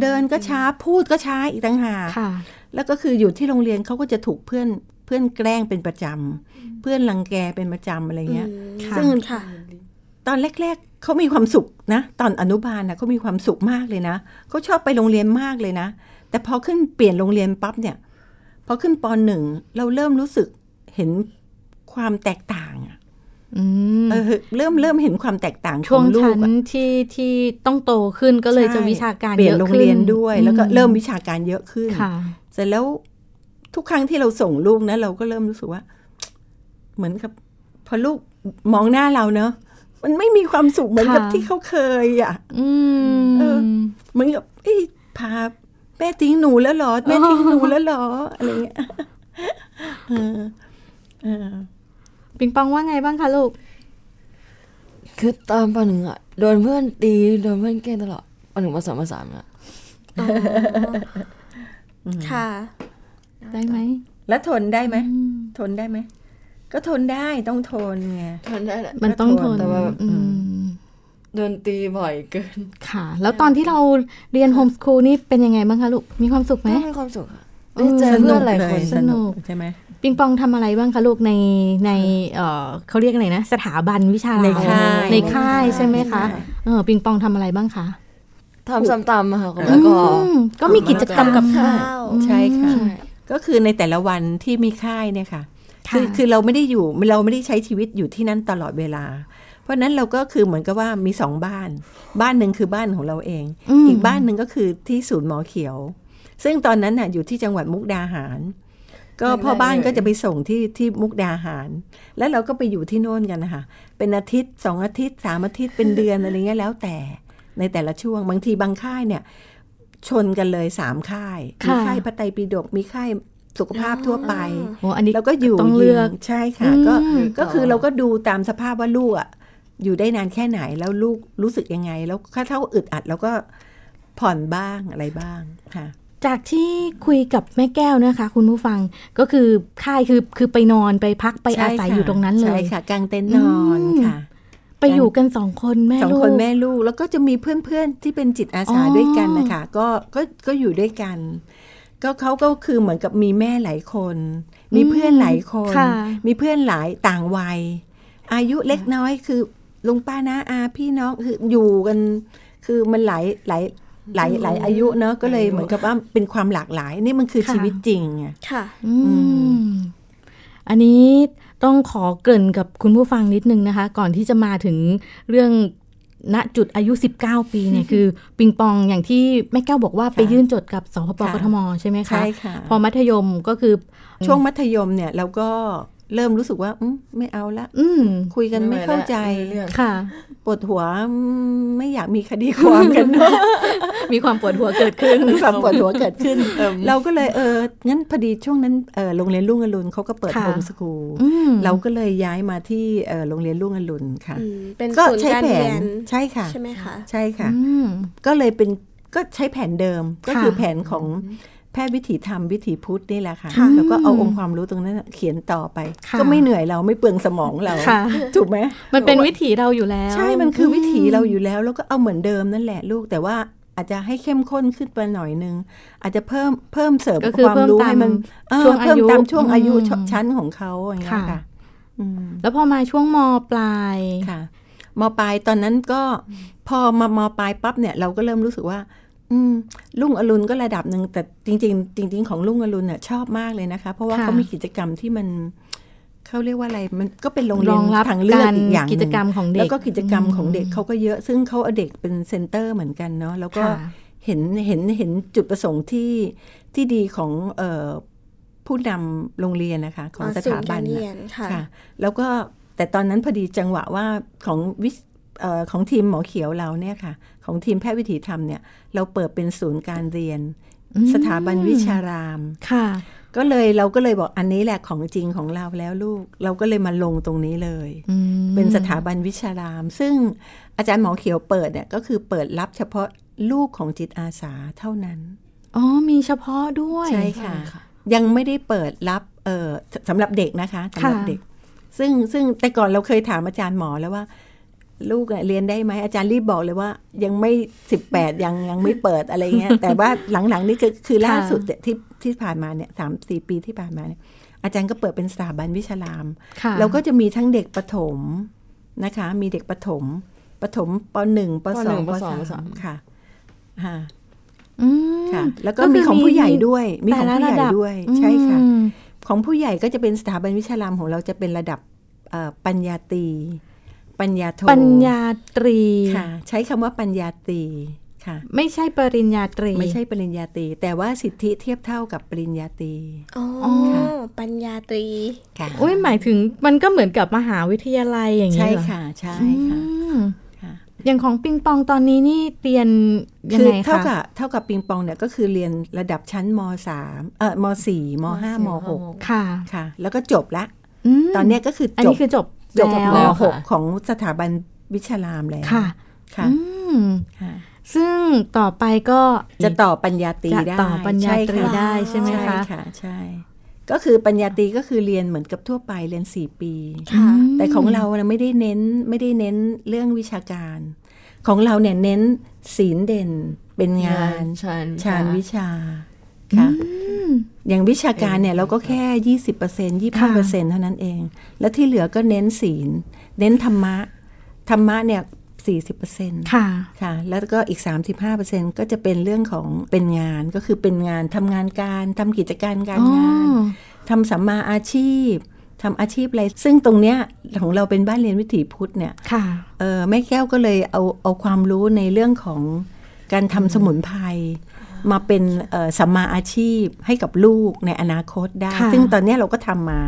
[SPEAKER 4] เดินก็ช้าพูดก็ช้าอีกต่างหาก
[SPEAKER 3] ค่ะ
[SPEAKER 4] แล้วก็คืออยู่ที่โรงเรียนเขาก็จะถูกเพื่อนเพื่อนแกล้งเป็นประจำเพื่อนรังแกเป็นประจำอะไรเงี้ย ซึ่ง
[SPEAKER 2] ค่ะ
[SPEAKER 4] ตอนแรก ๆ เขามีความสุขนะ ตอนอนุบาลนะเขามีความสุขมากเลยนะเขาชอบไปโรงเรียนมากเลยนะ แต่พอขึ้นเปลี่ยนโรงเรียนปั๊บเนี่ย พอขึ้นปหนึ่งเราเริ่มรู้สึกเห็นความแตกต่างอะ
[SPEAKER 3] อืม
[SPEAKER 4] เออเริ่มเริ่มเห็นความแตกต่างข
[SPEAKER 3] ช่ว
[SPEAKER 4] องงลู
[SPEAKER 3] ชั้
[SPEAKER 4] ก
[SPEAKER 3] น
[SPEAKER 4] อะ
[SPEAKER 3] ที่ที่ต้องโตขึ้นก็เลยจะ
[SPEAKER 4] ใช่
[SPEAKER 3] วิชาการ
[SPEAKER 4] เปลี่
[SPEAKER 3] เย
[SPEAKER 4] ยน
[SPEAKER 3] อะ
[SPEAKER 4] โรง
[SPEAKER 3] ขึ้น
[SPEAKER 4] เรียนด้วย แล้วก็
[SPEAKER 3] อืม
[SPEAKER 4] เริ่มวิชาการเยอะขึ้น
[SPEAKER 3] ค่ะ
[SPEAKER 4] เสร็จแล้วทุกครั้งที่เราส่งลูกนะ เราก็เริ่มรู้สึกว่า เหมือนกับ พอลูกมองหน้าเราเนอะมันไม่มีความสุขเหมือนกับ
[SPEAKER 3] ค่ะ
[SPEAKER 4] ที่เขาเคยอ่ะ
[SPEAKER 3] อื
[SPEAKER 4] เออ
[SPEAKER 3] ม
[SPEAKER 4] เหมือนกับเอ้ยพาแม่ทิ้งหนูแล้วเหรอแม่ทิ้งหนูแล้วเหรออะไรเงี้ยเออเออ
[SPEAKER 3] ปิงปองว่าไงบ้างคะลูก
[SPEAKER 5] คือตอนปหนึ่งอะโดนเพื่อนตีโดนเพื่อนแกล้งตลอดปหนึ่งปสองปสามอะ
[SPEAKER 2] ค่ะ
[SPEAKER 3] ได้ไหม
[SPEAKER 4] แล้วทนได้ไหม
[SPEAKER 3] อืม
[SPEAKER 4] ทนได้ไหมก็ทนได้ต้องทนไง
[SPEAKER 5] ทนได้แหละ
[SPEAKER 3] มันต้องทน
[SPEAKER 5] แต่ว่าแบบ
[SPEAKER 3] อืม
[SPEAKER 5] โดนตีบ่อยเกิน
[SPEAKER 3] ค่ะ แล้วตอนที่เราเรียนโฮมสคูลนี่เป็นยังไงบ้างคะลูก มีความสุขไหม
[SPEAKER 5] ก็มีความสุขค่ะ
[SPEAKER 3] เอ
[SPEAKER 5] ได้
[SPEAKER 3] อ
[SPEAKER 5] เจอเพื่อนหลายคน
[SPEAKER 4] สนุกใช่ไหม
[SPEAKER 3] ปิงปองทำอะไรบ้างคะลูกในในเออเขาเรียกอะไรนะ สถาบันวิชา
[SPEAKER 4] ใน
[SPEAKER 3] เรา
[SPEAKER 4] ค่าย
[SPEAKER 3] ในค่ายใช่ไหมคะเออปิงปองทำอะไรบ้างคะ
[SPEAKER 5] ทำส้มตำอะค่ะแล้วก็
[SPEAKER 3] อืมก็มีกิจกรรมกับข้าว
[SPEAKER 2] ข้าว
[SPEAKER 4] ใช่ค่ะ
[SPEAKER 5] ใช่
[SPEAKER 4] ก็คือในแต่ละวันที่มีค่ายเนี่ยค่ะ คื
[SPEAKER 3] ะ
[SPEAKER 4] อคือเราไม่ได้อยู่เราไม่ได้ใช้ชีวิตอยู่ที่นั่นตลอดเวลา เพราะฉะนั้นเราก็คือเหมือนกับว่ามีสองบ้าน บ้านหนึ่งคือบ้านของเราเอง
[SPEAKER 3] ม
[SPEAKER 4] อีกบ้านหนึ่งก็คือที่ศูนย์หมอเขียว ซึ่งตอนนั้นน่ะอยู่ที่จังหวัดมุกดาหาร ก็พ่อบ้านก็จะไปส่งที่ที่มุกดาหาร แล้วเราก็ไปอยู่ที่โน่นกันนะคะเป็นอาทิตย์สองอาทิตย์สามอาทิตย์เป็นเดือนอะไรเงี้ยแล้วแต่ในแต่ละช่วงบางทีบางค่ายเนี่ย ชนกันเลยสามค่ายมีค่ายพระไตรปิฎกมีค่ายสุขภาพทั่วไป
[SPEAKER 3] โอ้อันนี้
[SPEAKER 4] แล้วก็อยู่
[SPEAKER 3] ต้องเลือก
[SPEAKER 4] ยิงใช่ค่ะก็
[SPEAKER 3] อืม
[SPEAKER 4] ก็คือเราก็ดูตามสภาพว่าลูกอ่ะอยู่ได้นานแค่ไหนแล้วลูกรู้สึกยังไง แล้วถ้าเท่าอึดอัดเราก็ผ่อนบ้างอะไรบ้างค่ะ
[SPEAKER 3] จากที่คุยกับแม่แก้วนะคะ คุณผู้ฟังก็คือค่ายคือคือไปนอนไปพักไปอาศัย
[SPEAKER 4] ใช่ค่ะ
[SPEAKER 3] อยู่ตรงนั้นเล
[SPEAKER 4] ใช่
[SPEAKER 3] ย
[SPEAKER 4] ค่ะกางเต็นท์นอน
[SPEAKER 3] อืม
[SPEAKER 4] ค่ะ
[SPEAKER 3] ไปอยู่กันสองคนแม่
[SPEAKER 4] สอง
[SPEAKER 3] ลูก
[SPEAKER 4] คนแม่ลูกแล้วก็จะมีเพื่อนๆที่เป็นจิตอาสา
[SPEAKER 3] อ๋อ
[SPEAKER 4] ด้วยกันนะคะก็ก็ก็อยู่ด้วยกัน ก็เขาก็คือเหมือนกับมีแม่หลายคน มีเพื่อนหลายคน
[SPEAKER 3] ค่ะ
[SPEAKER 4] มีเพื่อนหลายต่างวัย อายุเล็กน้อยคือลุงป้านะอาพี่น้องคืออยู่กัน คือมันหลายหลายหลายหลายอายุเนอะก็เลยเหมือนกับว่าเป็นความหลากหลาย นี่มันคือ
[SPEAKER 3] ค่ะ
[SPEAKER 4] ชีวิตจริงอะ
[SPEAKER 2] ค่ะ
[SPEAKER 3] อืมอันนี้ต้องขอเกริ่นกับคุณผู้ฟังนิดนึงนะคะ ก่อนที่จะมาถึงเรื่องณจุดอายุ 19 ปีเนี่ยคือ ปิงปองอย่างที่แม่แก้วบอกว่าไปยื่นจดกับสพปก
[SPEAKER 4] ค่ะ
[SPEAKER 3] ทมใช่ไหมคะ
[SPEAKER 4] ใช่ค่ะ
[SPEAKER 3] พอมัธยมก็คือ
[SPEAKER 4] ช่วงมัธยมเนี่ยเราก็ เริ่มรู้สึกว่าอืมไม่เอาละ
[SPEAKER 3] อืม
[SPEAKER 4] คุยกันไม่เข้าใจ
[SPEAKER 5] ไม่เรื่อง
[SPEAKER 3] ค่ะ
[SPEAKER 4] ปวดหัวอืมไม่อยากมีคดีความกันเนอะ
[SPEAKER 3] มีความปวดหัวเกิดขึ้น
[SPEAKER 4] มีความปวดหัวเกิดขึ้น เราก็เลยเอองั้นพอดีช่วงนั้นเออโรงเรียนรุ่งอรุณเขาก็เปิด
[SPEAKER 3] ค่ะ
[SPEAKER 4] โฮมสกูล
[SPEAKER 3] อืม
[SPEAKER 4] เราก็เลยย้ายมาที่เออโรงเรียนรุ่งอรุณค่ะ
[SPEAKER 2] อืมเป็น
[SPEAKER 4] ก็
[SPEAKER 2] ศูนย์
[SPEAKER 4] ใช้
[SPEAKER 2] การ
[SPEAKER 4] แผ
[SPEAKER 2] เรีย
[SPEAKER 4] น
[SPEAKER 2] น
[SPEAKER 4] ใช่ค่ะ
[SPEAKER 2] ใช่ไหมคะ
[SPEAKER 4] ใช่ค่ะ
[SPEAKER 3] อืม
[SPEAKER 4] ก็เลยเป็นก็ใช้แผนเดิมก็
[SPEAKER 3] ค่ะ
[SPEAKER 4] คือแผนของแพทย์วิถีธรรมวิถีพุทธนี่แหละค่ะ
[SPEAKER 3] ค่ะ
[SPEAKER 4] แล้วก็เอาองค์ความรู้ตรงนั้นน่ะเขียนต่อไป
[SPEAKER 3] ค่ะ
[SPEAKER 4] ก็ไม่เหนื่อยเราไม่เปลืองสมองเรา
[SPEAKER 3] ค่ะ
[SPEAKER 4] ถูกไหม
[SPEAKER 3] มันเป็นวิถีเราอยู่แล้ว
[SPEAKER 4] ใช่ มันคือวิถีเราอยู่แล้ว แล้วก็เอาเหมือนเดิมนั่นแหละลูก แต่ว่าอาจจะให้เข้มข้นขึ้นไปหน่อยนึง อาจจะเพิ่มเพิ่มเสริม
[SPEAKER 3] ก็คือ
[SPEAKER 4] ความ
[SPEAKER 3] เพิ่ม
[SPEAKER 4] รู้
[SPEAKER 3] ตาม
[SPEAKER 4] ให้มันเออ
[SPEAKER 3] ช่วงอายุ
[SPEAKER 4] เพิ่มตามช่วงอายุ
[SPEAKER 3] อืม
[SPEAKER 4] ชชั้นของเขาอย่างเงี้ย
[SPEAKER 3] ค่ะ
[SPEAKER 4] ค่ะอืม
[SPEAKER 3] แล้วพอมาช่วงมปลาย
[SPEAKER 4] ค่ะมปลายตอนนั้นก็พอมามปลายปั๊บเนี่ยเราก็เริ่มรู้สึกว่า อืมลุงอรุณก็ระดับหนึ่งแต่จริง ๆ จริง ๆ ของลุงอรุณเนี่ยชอบมากเลยนะคะ เพราะว่าเขามีกิจกรรมที่มันเขาเรียกว่าอะไรมันก็เป็นโรงเรีย
[SPEAKER 3] ร
[SPEAKER 4] น
[SPEAKER 3] องรับ
[SPEAKER 4] ทางเลือกอีกอย่างห
[SPEAKER 3] กิจ
[SPEAKER 4] นึ่ง
[SPEAKER 3] กรรมของเด็ก
[SPEAKER 4] แล้วก็กิจกรรมของเด็กเขาก็เยอะซึ่งเขาเอาเด็กเป็นเซ็นเตอร์เหมือนกันเนาะแล้วก็
[SPEAKER 3] ค่ะ
[SPEAKER 4] เห็นเห็นเห็นจุดประสงค์ที่ที่ดีของเอ่อผู้นำโรงเรียนนะคะของส
[SPEAKER 2] ศูน
[SPEAKER 4] ถา
[SPEAKER 2] ย์กา
[SPEAKER 4] บัน
[SPEAKER 2] ร
[SPEAKER 4] น่ะ
[SPEAKER 2] เรียนค่ะ
[SPEAKER 4] ค่ะแล้วก็แต่ตอนนั้นพอดีจังหวะว่าของวิศเอ่อของทีมหมอเขียวเราเนี่ยค่ะ ของทีมแพทย์วิถีธรรมเนี่ย เราเปิดเป็นศูนย์การเรียน
[SPEAKER 3] อืม
[SPEAKER 4] สถาบันวิชาราม
[SPEAKER 3] ค่ะ
[SPEAKER 4] ก็เลยเราก็เลยบอกอันนี้แหละของจริงของเราแล้วลูก เราก็เลยมาลงตรงนี้เลย
[SPEAKER 3] อืม
[SPEAKER 4] เป็นสถาบันวิชาราม ซึ่งอาจารย์หมอเขียวเปิดเนี่ยก็คือเปิดรับเฉพาะลูกของจิตอาสาเท่านั้น
[SPEAKER 3] อ๋อมีเฉพาะด้วย
[SPEAKER 4] ใช่ค่ะ ยังไม่ได้เปิดรับเอ่อสำหรับเด็กนะคะสำหรับเด็ก ซึ่งซึ่งแต่ก่อนเราเคยถามอาจารย์หมอแล้วว่า ลูกเนี่ยเรียนได้ไหมอาจารย์รีบบอกเลยว่า ยังไม่สิบแปดยังยังไม่เปิดอะไรเงี้ย แต่ว่าหลังๆนี่คือคือล่าสุดเนี่ยที่ที่ผ่านมาเนี่ยสามสี่ปีที่ผ่านมาเนี่ยอาจารย์ก็เปิดเป็นสถาบันวิชาราม
[SPEAKER 3] ค่ะ
[SPEAKER 4] เราก็จะมีทั้งเด็กประถมนะคะ มีเด็กประถมประถมปหนึ่งปสองปสามค่ะฮะ
[SPEAKER 3] อืม
[SPEAKER 4] ค่ะ แล้วก็มีของผู้ใหญ่ด้วย มีของผู้ใหญ่
[SPEAKER 3] แต่ละระดับ
[SPEAKER 4] ด้วย ใช่ค่ะ
[SPEAKER 3] อืม
[SPEAKER 4] ของผู้ใหญ่ก็จะเป็นสถาบันวิชารามของเราจะเป็นระดับเอ่อปัญญาตรีปัญญาโท
[SPEAKER 3] ปัญญาตรี
[SPEAKER 4] ค่ะ ใช้คำว่าปัญญาตรีค่ะ
[SPEAKER 3] ไม่ใช่ปริญญาตรี
[SPEAKER 4] ไม่ใช่ปริญญาตรี แต่ว่าสิทธิเทียบเท่ากับปริญญาตรี
[SPEAKER 2] อ๋ออปัญญาตรี
[SPEAKER 4] ค่ะ
[SPEAKER 3] โอ้ยหมายถึงมันก็เหมือนกับมหาวิทยาลัยอย่าง
[SPEAKER 4] ใช่
[SPEAKER 3] เงี้ยเหรอ
[SPEAKER 4] ค่ะใช่
[SPEAKER 3] อื
[SPEAKER 4] ค่ะ
[SPEAKER 3] ม
[SPEAKER 4] ค่ะ
[SPEAKER 3] อย่างของปิงปองตอนนี้นี่เรียนยัง
[SPEAKER 4] คือ
[SPEAKER 3] ไง
[SPEAKER 4] เท่า
[SPEAKER 3] คะ
[SPEAKER 4] กับเท่ากับปิงปองเนี่ยก็คือเรียนระดับชั้นมสามเอ่อมสี่มห้ามหก
[SPEAKER 3] ค่ะ
[SPEAKER 4] ค่ะ แล้วก็จบละ
[SPEAKER 3] ม
[SPEAKER 4] ตอนเนี้ยก็คือ
[SPEAKER 3] อัน
[SPEAKER 4] จบ
[SPEAKER 3] นี้คือจบ
[SPEAKER 4] จบ
[SPEAKER 3] แล้ว
[SPEAKER 4] ม
[SPEAKER 5] แล้ว
[SPEAKER 4] หก
[SPEAKER 5] ค่ะ
[SPEAKER 4] ของสถาบันวิชารามแล้ว
[SPEAKER 3] ค่ะ
[SPEAKER 4] ค่ะ
[SPEAKER 3] อืม
[SPEAKER 4] ค่ะ
[SPEAKER 3] ซึ่งต่อไปก็
[SPEAKER 4] จะต่อปัญญาตรี
[SPEAKER 3] จะ
[SPEAKER 4] ได้
[SPEAKER 3] ต่อปัญญาตรี
[SPEAKER 4] ใช่ค่ะ
[SPEAKER 3] ได้ใช่ไหม
[SPEAKER 4] ใช่
[SPEAKER 3] คะ
[SPEAKER 4] ค่ะใช่ ก็คือปัญญาตรีก็คือเรียนเหมือนกับทั่วไปเรียน 4 ปี
[SPEAKER 3] อืม
[SPEAKER 4] แต่ของเราเนี่ยไม่ได้เน้นไม่ได้เน้นเรื่องวิชาการ ของเราเนี่ยเน้นศีลเด่นเป็นงาน
[SPEAKER 5] ชาน
[SPEAKER 4] ชาญวิชาค่ะอย่างวิชาการเนี่ยเราก็แค่ 20% 25%เท่านั้นเอง แล้วที่เหลือก็เน้นศีล เน้นธรรมะ ธรรมะเนี่ย 40%
[SPEAKER 3] ค่ะ
[SPEAKER 4] ค่ะแล้วก็อีก 35%ก็จะเป็นเรื่องของเป็นงานก็คือเป็นงานทำงานการทำกิจการการงาน
[SPEAKER 3] อ๋อ
[SPEAKER 4] ทำสัมมาอาชีพทำอาชีพอะไร ซึ่งตรงเนี้ยของเราเป็นบ้านเรียนวิถีพุทธเนี่ย
[SPEAKER 3] ค่ะ
[SPEAKER 4] เออแม่แก้วก็เลยเอาเอาความรู้ในเรื่องของการทำสมุนไพรมาเป็นเอ่อสัมมาอาชีพให้กับลูกในอนาคตได้
[SPEAKER 3] ค่ะ
[SPEAKER 4] ซึ่งตอนเนี้ยเราก็ทำมา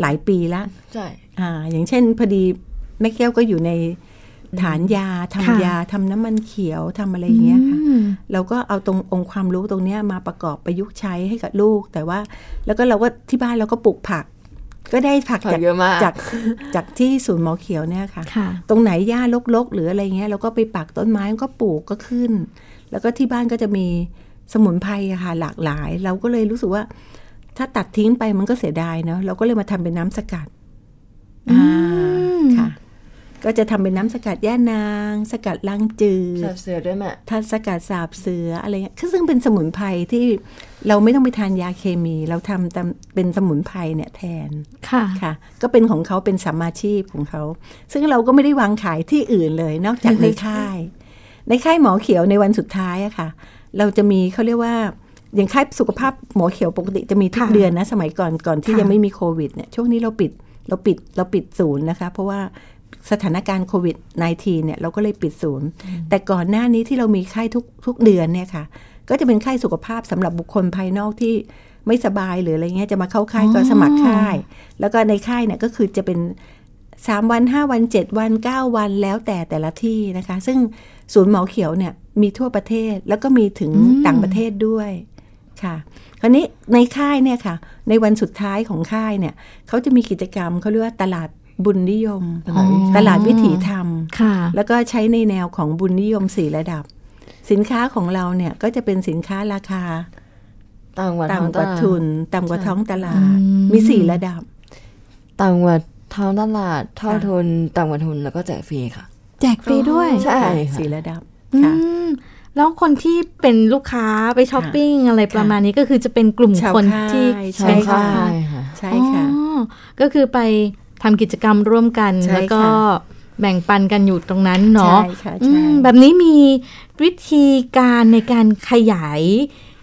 [SPEAKER 4] หลายปีละ
[SPEAKER 5] ใช่
[SPEAKER 4] อ่าอย่างเช่นพอดีแม่แก้วก็อยู่ในฐานยาทำ
[SPEAKER 3] ค่ะ
[SPEAKER 4] ยาทำน้ำมันเขียวทำอะไรอย่างเงี้ยค่ะ
[SPEAKER 3] อืม
[SPEAKER 4] เราก็เอาตรงองค์ความรู้ตรงเนี้ยมาประกอบประยุกต์ใช้ให้กับลูก แต่ว่าแล้วก็เราก็ที่บ้านเราก็ปลูกผัก ก็ได้ผักจา
[SPEAKER 5] ผัก
[SPEAKER 4] ก
[SPEAKER 5] เยอะมาก
[SPEAKER 4] จากจากที่ศูนย์หมอเขียวเนี่ยค่ะ
[SPEAKER 3] ค่ะ
[SPEAKER 4] ตรงไหนหญ้ารกๆ หรืออะไรเงี้ยเราก็ไปปักต้นไม้มันก็ปลูกก็ขึ้น แล้วก็ที่บ้านก็จะมีสมุนไพรอะค่ะหลากหลาย เราก็เลยรู้สึกว่า ถ้าตัดทิ้งไปมันก็เสียดายเนาะเราก็เลยมาทำเป็นน้ำสกัดอ่าค่ะ ก็จะทำเป็นน้ำสกัดแย่านาง สกัดลังจืด
[SPEAKER 5] ชาบเสือด้วยแม่
[SPEAKER 4] ทานสกัดสาบเสืออะไรเงี้ยคือซึ่งเป็นสมุนไพรที่เราไม่ต้องไปทานยาเคมี เราทำตามเป็นสมุนไพรเนี่ยแทน
[SPEAKER 3] ค่ะ
[SPEAKER 4] ค่ะก็เป็นของเขาเป็นสัมมาชีพของเขา ซึ่งเราก็ไม่ได้วางขายที่อื่นเลยนอกจากในค่าย ในค่ายหมอเขียวในวันสุดท้ายอะค่ะ เราจะมีเขาเรียกว่าอย่างค่ายสุขภาพหมอเขียวปกติจะมีทุก
[SPEAKER 3] ค่ะ
[SPEAKER 4] เดือนนะสมัยก่อนก่อนที่
[SPEAKER 3] ค่ะ
[SPEAKER 4] ยังไม่มีโควิดเนี่ยช่วงนี้เราปิดเราปิดเราปิดศูนย์นะคะ เพราะว่าสถานการณ์โควิด -19 เนี่ยเราก็เลยปิดศูนย์ แต่ก่อนหน้านี้ที่เรามีค่ายทุกทุกเดือนเนี่ยค่ะ ก็จะเป็นค่ายสุขภาพสำหรับบุคคลภายนอกที่ ไม่สบายหรืออะไรเงี้ยจะมาเข้าค่าย
[SPEAKER 3] อ๋อ
[SPEAKER 4] ก็สมัครค่าย แล้วก็ในค่ายเนี่ยก็คือจะเป็น 3 วัน 5 วัน 7 วัน 9 วันแล้วแต่แต่ละที่นะคะ ซึ่งศูนย์หมอเขียวเนี่ยมีทั่วประเทศแล้วก็มีถึงต่างประเทศด้วยค่ะ คราวนี้ในค่ายเนี่ยค่ะ ในวันสุดท้ายของค่ายเนี่ยเขาจะมีกิจกรรมเขาเรียกว่าตลาดบุญนิยม
[SPEAKER 3] อ๋อ
[SPEAKER 4] ตลาดวิถีธรรม
[SPEAKER 3] ค่ะ
[SPEAKER 4] แล้วก็ใช้ในแนวของบุญนิยมสี่ระดับ สินค้าของเราเนี่ยก็จะเป็นสินค้าราคา
[SPEAKER 5] ต่างกว่าท้อง
[SPEAKER 4] ต่ำก
[SPEAKER 5] ต
[SPEAKER 4] ว่า
[SPEAKER 5] ลาด
[SPEAKER 4] ทุนต่ำกว่าท้องตลาด
[SPEAKER 3] อืม
[SPEAKER 4] มีสี่ระดับ
[SPEAKER 5] ต่างกว่าท้องตลาดเท่า
[SPEAKER 4] ค่ะ
[SPEAKER 5] ทุนต่างกว่าทุนแล้วก็แจกฟรีค่ะ
[SPEAKER 3] แจกฟรีด้วย
[SPEAKER 5] ใช่ค่ะ
[SPEAKER 4] สี่ระดับ
[SPEAKER 3] อื
[SPEAKER 4] ค่ะ
[SPEAKER 3] มแล้วคนที่เป็นลูกค้าไปช้อปปิ้งอะไรประมาณนี้ก็คือจะเป็นกลุ่ม
[SPEAKER 4] ชาว
[SPEAKER 3] คน
[SPEAKER 4] ค่าย
[SPEAKER 3] ที่
[SPEAKER 4] ใช่
[SPEAKER 5] เป็น
[SPEAKER 4] ค่ะ
[SPEAKER 5] ค่ายค่ะ
[SPEAKER 4] ใช่ค่ะ
[SPEAKER 3] อ๋อก็คือไปทำกิจกรรมร่วมกัน
[SPEAKER 4] ใช่ค่ะ
[SPEAKER 3] แล้วก็แบ่งปันกันอยู่ตรงนั้นเนาะ
[SPEAKER 4] ใช่ค่ะใช่
[SPEAKER 3] อืมแบบนี้มีวิธีการในการขยาย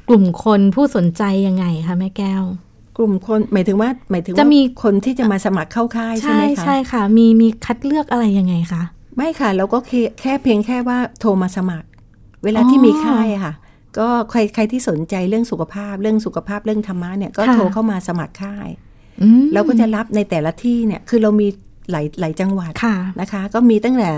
[SPEAKER 3] กลุ่มคนผู้สนใจยังไงคะแม่แก้ว
[SPEAKER 4] กลุ่มคนหมายถึงว่าหมายถึงว่า
[SPEAKER 3] จะมี
[SPEAKER 4] คนที่จะมาสมัครเข้าค่ายใช่ไหมคะ
[SPEAKER 3] ใช่ค่ะ มีมีคัดเลือกอะไรยังไงคะ
[SPEAKER 4] ไม่ค่ะเราก็แค่แค่เพียงแค่ว่าโทรมาสมัคร เวลา
[SPEAKER 3] อ๋อ
[SPEAKER 4] ที่มีค่ายอะค่ะ ก็ใครใครที่สนใจเรื่องสุขภาพเรื่องสุขภาพเรื่องธรรมะเนี่ยก็
[SPEAKER 3] ค่ะ
[SPEAKER 4] โทรเข้ามาสมัครค่าย
[SPEAKER 3] อืม
[SPEAKER 4] เราก็จะรับในแต่ละที่เนี่ย คือเรามีหลายหลายจังหวัด
[SPEAKER 3] ค่ะ
[SPEAKER 4] นะคะ ก็มีตั้งแต่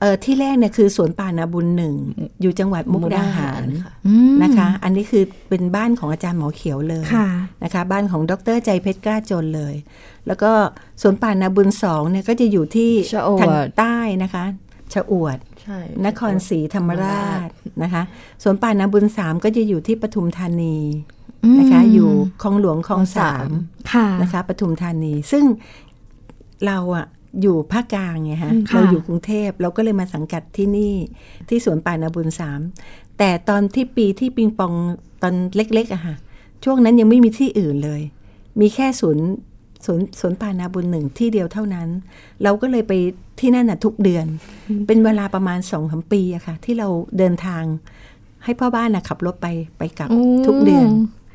[SPEAKER 4] เอ่อที่แรกเนี่ยคือสวนป่านาบุญหนึ่ง อยู่จังหวัดมุกดาหาร
[SPEAKER 5] ค่ะ
[SPEAKER 3] อืม
[SPEAKER 4] นะคะ อันนี้คือเป็นบ้านของอาจารย์หมอเขียวเลย
[SPEAKER 3] ค่ะ
[SPEAKER 4] นะคะ บ้านของดรใจเพชรกล้าจนเลย แล้วก็สวนป่านาบุญสองเนี่ยก็จะอยู่ที่
[SPEAKER 5] ชะอวด
[SPEAKER 4] ทางใต้นะคะชะอวด
[SPEAKER 5] ใช่
[SPEAKER 4] นครศรีธรรมราชนะคะสวนป่านาบุญสามก็จะอยู่ที่ปทุมธานีนะคะ
[SPEAKER 3] อืม
[SPEAKER 4] อยู่คลองหลวงคลองสาม
[SPEAKER 3] ค่ะ
[SPEAKER 4] นะคะปทุมธานีซึ่งเราอะอยู่ภาคกลางไงฮะ
[SPEAKER 3] ค่ะ
[SPEAKER 4] เราอยู่กรุงเทพเราก็เลยมาสังกัดที่นี่ที่สวนป่านาบุญสามแต่ตอนที่ปีที่ปิงปองตอนเล็กๆอะค่ะช่วงนั้นยังไม่มีที่อื่นเลย มีแค่สวนสวนสวนป่านาบุญหนึ่งที่เดียวเท่านั้น เราก็เลยไปที่นั่นน่ะทุกเดือน เป็นเวลาประมาณสองสามปีอะค่ะ ที่เราเดินทาง ให้พ่อบ้านนะขับรถไปไปกลับ
[SPEAKER 3] อืม
[SPEAKER 4] ทุกเดือน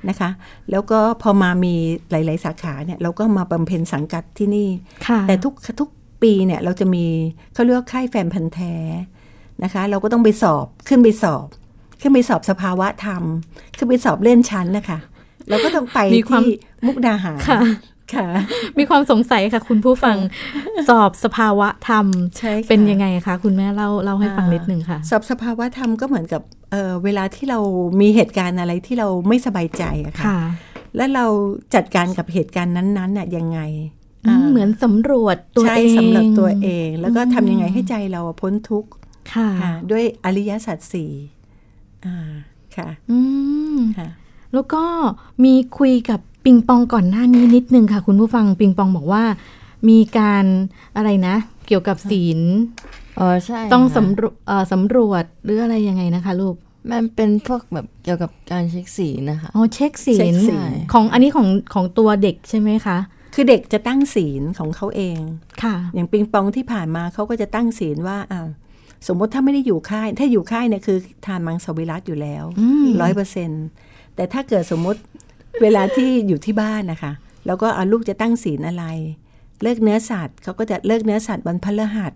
[SPEAKER 4] นะคะ แล้วก็พอมามีหลาย ๆ สาขาเนี่ยเราก็มาบำเพ็ญสังกัดที่นี่
[SPEAKER 3] ค่ะ
[SPEAKER 4] แต่ทุกทุกปีเนี่ยเราจะมีเขาเรียกว่าค่ายแฟนพันธ์แท้นะคะ เราก็ต้องไปสอบขึ้นไปสอบ ขึ้นไปสอบสภาวะธรรม ขึ้นไปสอบเลื่อนชั้นนะคะเราก็ต้องไป
[SPEAKER 3] มีความ
[SPEAKER 4] ที่มุกดาหาร
[SPEAKER 3] ค่ะ
[SPEAKER 4] ค่ะ
[SPEAKER 3] มีความสงสัยค่ะ คุณผู้ฟังสอบสภาวะธรรม
[SPEAKER 4] ใช่ค่ะ
[SPEAKER 3] เป็นยังไงคะคุณแม่เล่าเล่าให้ฟังนิดนึงค่ะ
[SPEAKER 4] สอบสภาวะธรรมก็เหมือนกับเอ่อเวลาที่เรามีเหตุการณ์อะไรที่เราไม่สบายใจอะค่ะ
[SPEAKER 3] ค่ะ
[SPEAKER 4] แล้วเราจัดการกับเหตุการณ์นั้นๆน่ะยังไง
[SPEAKER 3] อืมเหมือนสำรวจตัว
[SPEAKER 4] ใช่
[SPEAKER 3] เอง
[SPEAKER 4] สำหรับตัวเอง แล้วก็ทำยังไงให้ใจเราพ้นทุกข์
[SPEAKER 3] ค่ะ
[SPEAKER 4] ค่ะด้วยอริยสัจสี่อ่าค่ะ
[SPEAKER 3] อืม
[SPEAKER 4] ค่ะ
[SPEAKER 3] แล้วก็มีคุยกับปิงปองก่อนหน้านี้นิดนึงค่ะ คุณผู้ฟังปิงปองบอกว่า มีการอะไรนะ เกี่ยวกับศีล
[SPEAKER 5] อ๋อใช่
[SPEAKER 3] ต้อง
[SPEAKER 5] ค่ะ
[SPEAKER 3] สำรวเอ่อสำรวจหรืออะไรยังไงนะคะลูก
[SPEAKER 5] มันเป็นพวกแบบเกี่ยวกับการเช็คสีนะคะ
[SPEAKER 3] อ๋อเช็คศี
[SPEAKER 4] เช็
[SPEAKER 3] ล
[SPEAKER 4] คศีล
[SPEAKER 3] ของอันนี้ของของตัวเด็กใช่ไหมคะ
[SPEAKER 4] คือเด็กจะตั้งศีลของเขาเอง
[SPEAKER 3] ค่ะ
[SPEAKER 4] อย่างปิงปองที่ผ่านมาเขาก็จะตั้งศีลว่าอ่าสมมติถ้าไม่ได้อยู่ค่าย ถ้าอยู่ค่ายเนี่ยคือทานมังสวิรัตอยู่แล้วร้อยเปอร์เซ็นแต่ถ้าเกิดสมมติเวลาที่อยู่ที่บ้านนะคะแล้วก็เอาลูกจะตั้งศีลอะไร เลิกเนื้อสัตว์เขาก็จะเลิกเนื้อสัตว์วันพฤหัส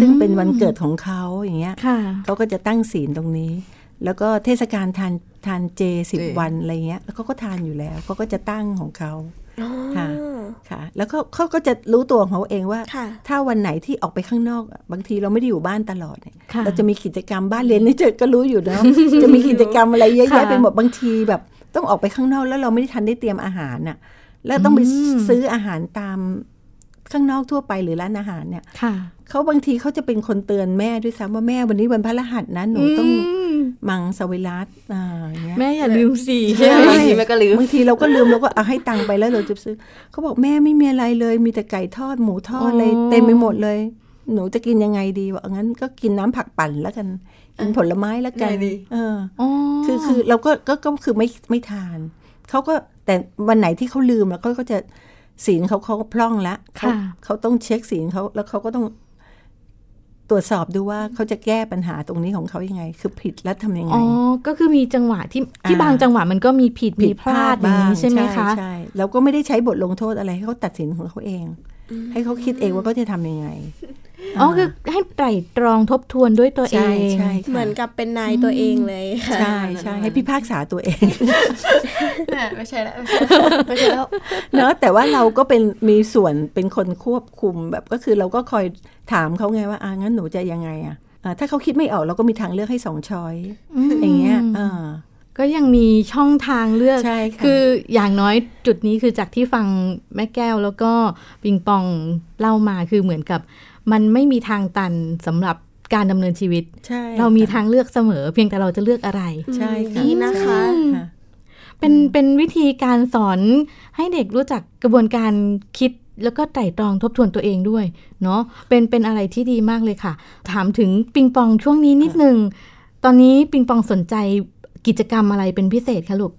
[SPEAKER 4] ซึ่งเป็นวันเกิดของเขาอย่างเงี้ย
[SPEAKER 3] ค่ะ
[SPEAKER 4] เขาก็จะตั้งศีลตรงนี้ แล้วก็เทศกาลทานทานเจสิบ
[SPEAKER 5] เจ
[SPEAKER 4] วันอะไรเงี้ยแล้วเขาก็ทานอยู่แล้วเขาก็จะตั้งของเขา
[SPEAKER 2] อ๋อ
[SPEAKER 4] ค่ะ ค่ะแล้วก็เขาก็จะรู้ตัวของเขาเองว่า
[SPEAKER 2] ค่ะ
[SPEAKER 4] ถ้าวันไหนที่ออกไปข้างนอกอะบางทีเราไม่ได้อยู่บ้านตลอดเนี่ย
[SPEAKER 3] ค่ะ
[SPEAKER 4] เราจะมีกิจกรรมบ้านเรียนนี่เจอก็รู้อยู่นะ จะมีกิจกรรมอะไรเยอะแยะไปหมดบางทีแบบ ต้องออกไปข้างนอกแล้วเราไม่ได้ทันได้เตรียมอาหารน่ะ แล้วต้องไปซื้ออาหารตามข้างนอกทั่วไปหรือร้านอาหารเนี่ย
[SPEAKER 3] ค่ะ
[SPEAKER 4] เขาบางทีเขาจะเป็นคนเตือนแม่ด้วยซ้ำว่าแม่วันนี้วันพระรหัสนะหนูต้องมังสวิรัตอ่าอย่างเงี้ย
[SPEAKER 3] แม่อย่าลืมสิ
[SPEAKER 5] ใช่ไหมบางทีแม่ก็ลืม
[SPEAKER 4] บางทีเราก็ลืมเราก็เอาให้ตังค์ไปแล้วเราจะซื้อเขาบอกแม่ไม่มีอะไรเลย มีแต่ไก่ทอดหมูทอดอะไรเต็มไปหมดเลย หนูจะกินยังไงดีวะงั้นก็กินน้ำผักปั่นแล้วกันกินผลไม้แล้วกัน
[SPEAKER 5] ไงดี
[SPEAKER 4] เออ
[SPEAKER 3] อ๋อ
[SPEAKER 4] คือคือเราก็ก็ก็คือไม่ไม่ทานเขาก็แต่วันไหนที่เขาลืมแล้วก็ก็จะศีลเขาเขาพร่องละเขา
[SPEAKER 3] ค่ะ
[SPEAKER 4] เขาต้องเช็คศีลเขาแล้วเขาก็ต้อง ตรวจสอบดูว่าเขาจะแก้ปัญหาตรงนี้ของเขายังไง คือผิดแล้วทำยังไง
[SPEAKER 3] อ๋อ ก็คือมีจังหวะที่ที่
[SPEAKER 4] อ่า
[SPEAKER 3] บางจังหวะมันก็มีผิดมีพลาดอย่างนี้ใช่ไหมคะ
[SPEAKER 4] ใช่แล้วก็ไม่ได้ใช้บทลงโทษอะไรให้เขาตัดสินของเขาเอง ให้เขาคิดเองว่าเขาจะทำยังไง
[SPEAKER 3] อ๋อคือให้ไตร่ตรองทบทวนด้วยตัวเอ
[SPEAKER 4] ใช่
[SPEAKER 3] ง
[SPEAKER 4] ใช่ค่ะ
[SPEAKER 2] เหมือนกับเป็นนายตัวเองเลยค่ะ
[SPEAKER 4] ใช่ใช่ให้พิพากษาตัวเอง
[SPEAKER 5] ไม่ใช่แล้ว ไม่ใช่แล้ว
[SPEAKER 4] เนอะแต่ว่าเราก็เป็นมีส่วนเป็นคนควบคุมแบบก็คือเราก็คอยถามเขาไงว่าอ่างั้นหนูจะยังไงอ่ะอ่าถ้าเขาคิดไม่ออกเราก็มีทางเลือกให้สองช้อยอย่างเงี้ยอ่า
[SPEAKER 3] ก็ยังมีช่องทางเลือก
[SPEAKER 4] ใช่ค่ะ
[SPEAKER 3] ออย่างน้อยจุดนี้คือจากที่ฟังแม่แก้วแล้วก็ปิงปองเล่ามาคือเหมือนกับ มันไม่มีทางตันสำหรับการดำเนินชีวิต
[SPEAKER 4] ใช่
[SPEAKER 3] เรามี
[SPEAKER 4] ค่ะ
[SPEAKER 3] ทางเลือกเสมอ เพียงแต่เราจะเลือกอะไร
[SPEAKER 4] ใช่ค่ะ
[SPEAKER 2] ดีนะคะ
[SPEAKER 4] ค่ะ
[SPEAKER 3] เป็นเป็นวิธีการสอนให้เด็กรู้จักกระบวนการคิดแล้วก็ไตร่ตรองทบทวนตัวเองด้วยเนาะเป็นเป็นอะไรที่ดีมากเลยค่ะ ถามถึงปิงปองช่วงนี้นิดนึงตอนนี้ปิงปองสนใจกิจกรรมอะไรเป็นพิเศษคะลูก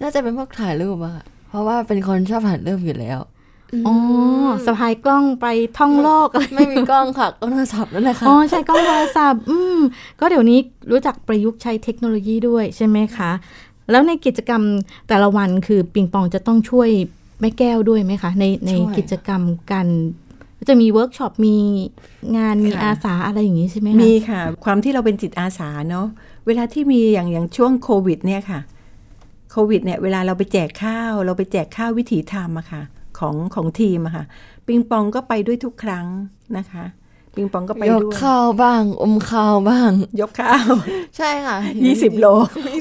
[SPEAKER 5] น่าจะเป็นพวกถ่ายรูปอะค่ะเพราะว่าเป็นคนชอบถ่ายรูปอยู่แล้ว
[SPEAKER 3] อ๋อสะพายกล้องไปท่องโลกอะไร
[SPEAKER 5] ไม่มีกล้องค่ะก็โทรศัพท์นั่นแหละค่ะ
[SPEAKER 3] อ๋อใช่กล้องโทรศัพท์อืมก็เดี๋ยวนี้รู้จักประยุกต์ใช้เทคโนโลยีด้วยใช่ไหมคะ แล้วในกิจกรรมแต่ละวันคือปิงปองจะต้องช่วยแม่แก้วด้วยไหมคะ ในใน
[SPEAKER 5] ช่วย
[SPEAKER 3] กิจกรรมการจะมีเวิร์กช็อปมีงานมี
[SPEAKER 4] ค่ะ
[SPEAKER 3] อาสาอะไรอย่างนี้ใช่ไหมคะ
[SPEAKER 4] มีค่ะ ความที่เราเป็นจิตอาสาเนาะเวลาที่มีอย่างอย่างช่วงโควิดเนี่ยค่ะโควิดเนี่ยเวลาเราไปแจกข้าว เราไปแจกข้าววิถีธรรมอะค่ะของของทีมอะค่ะ ปิงปองก็ไปด้วยทุกครั้งนะคะ ปิงปองก็ไป
[SPEAKER 5] ยก
[SPEAKER 4] ด้วย
[SPEAKER 5] ข้าวบ้าง อมข้าวบ้าง
[SPEAKER 4] ยกข้าว
[SPEAKER 5] ใช่ค่ะ
[SPEAKER 4] ยี่สิบโล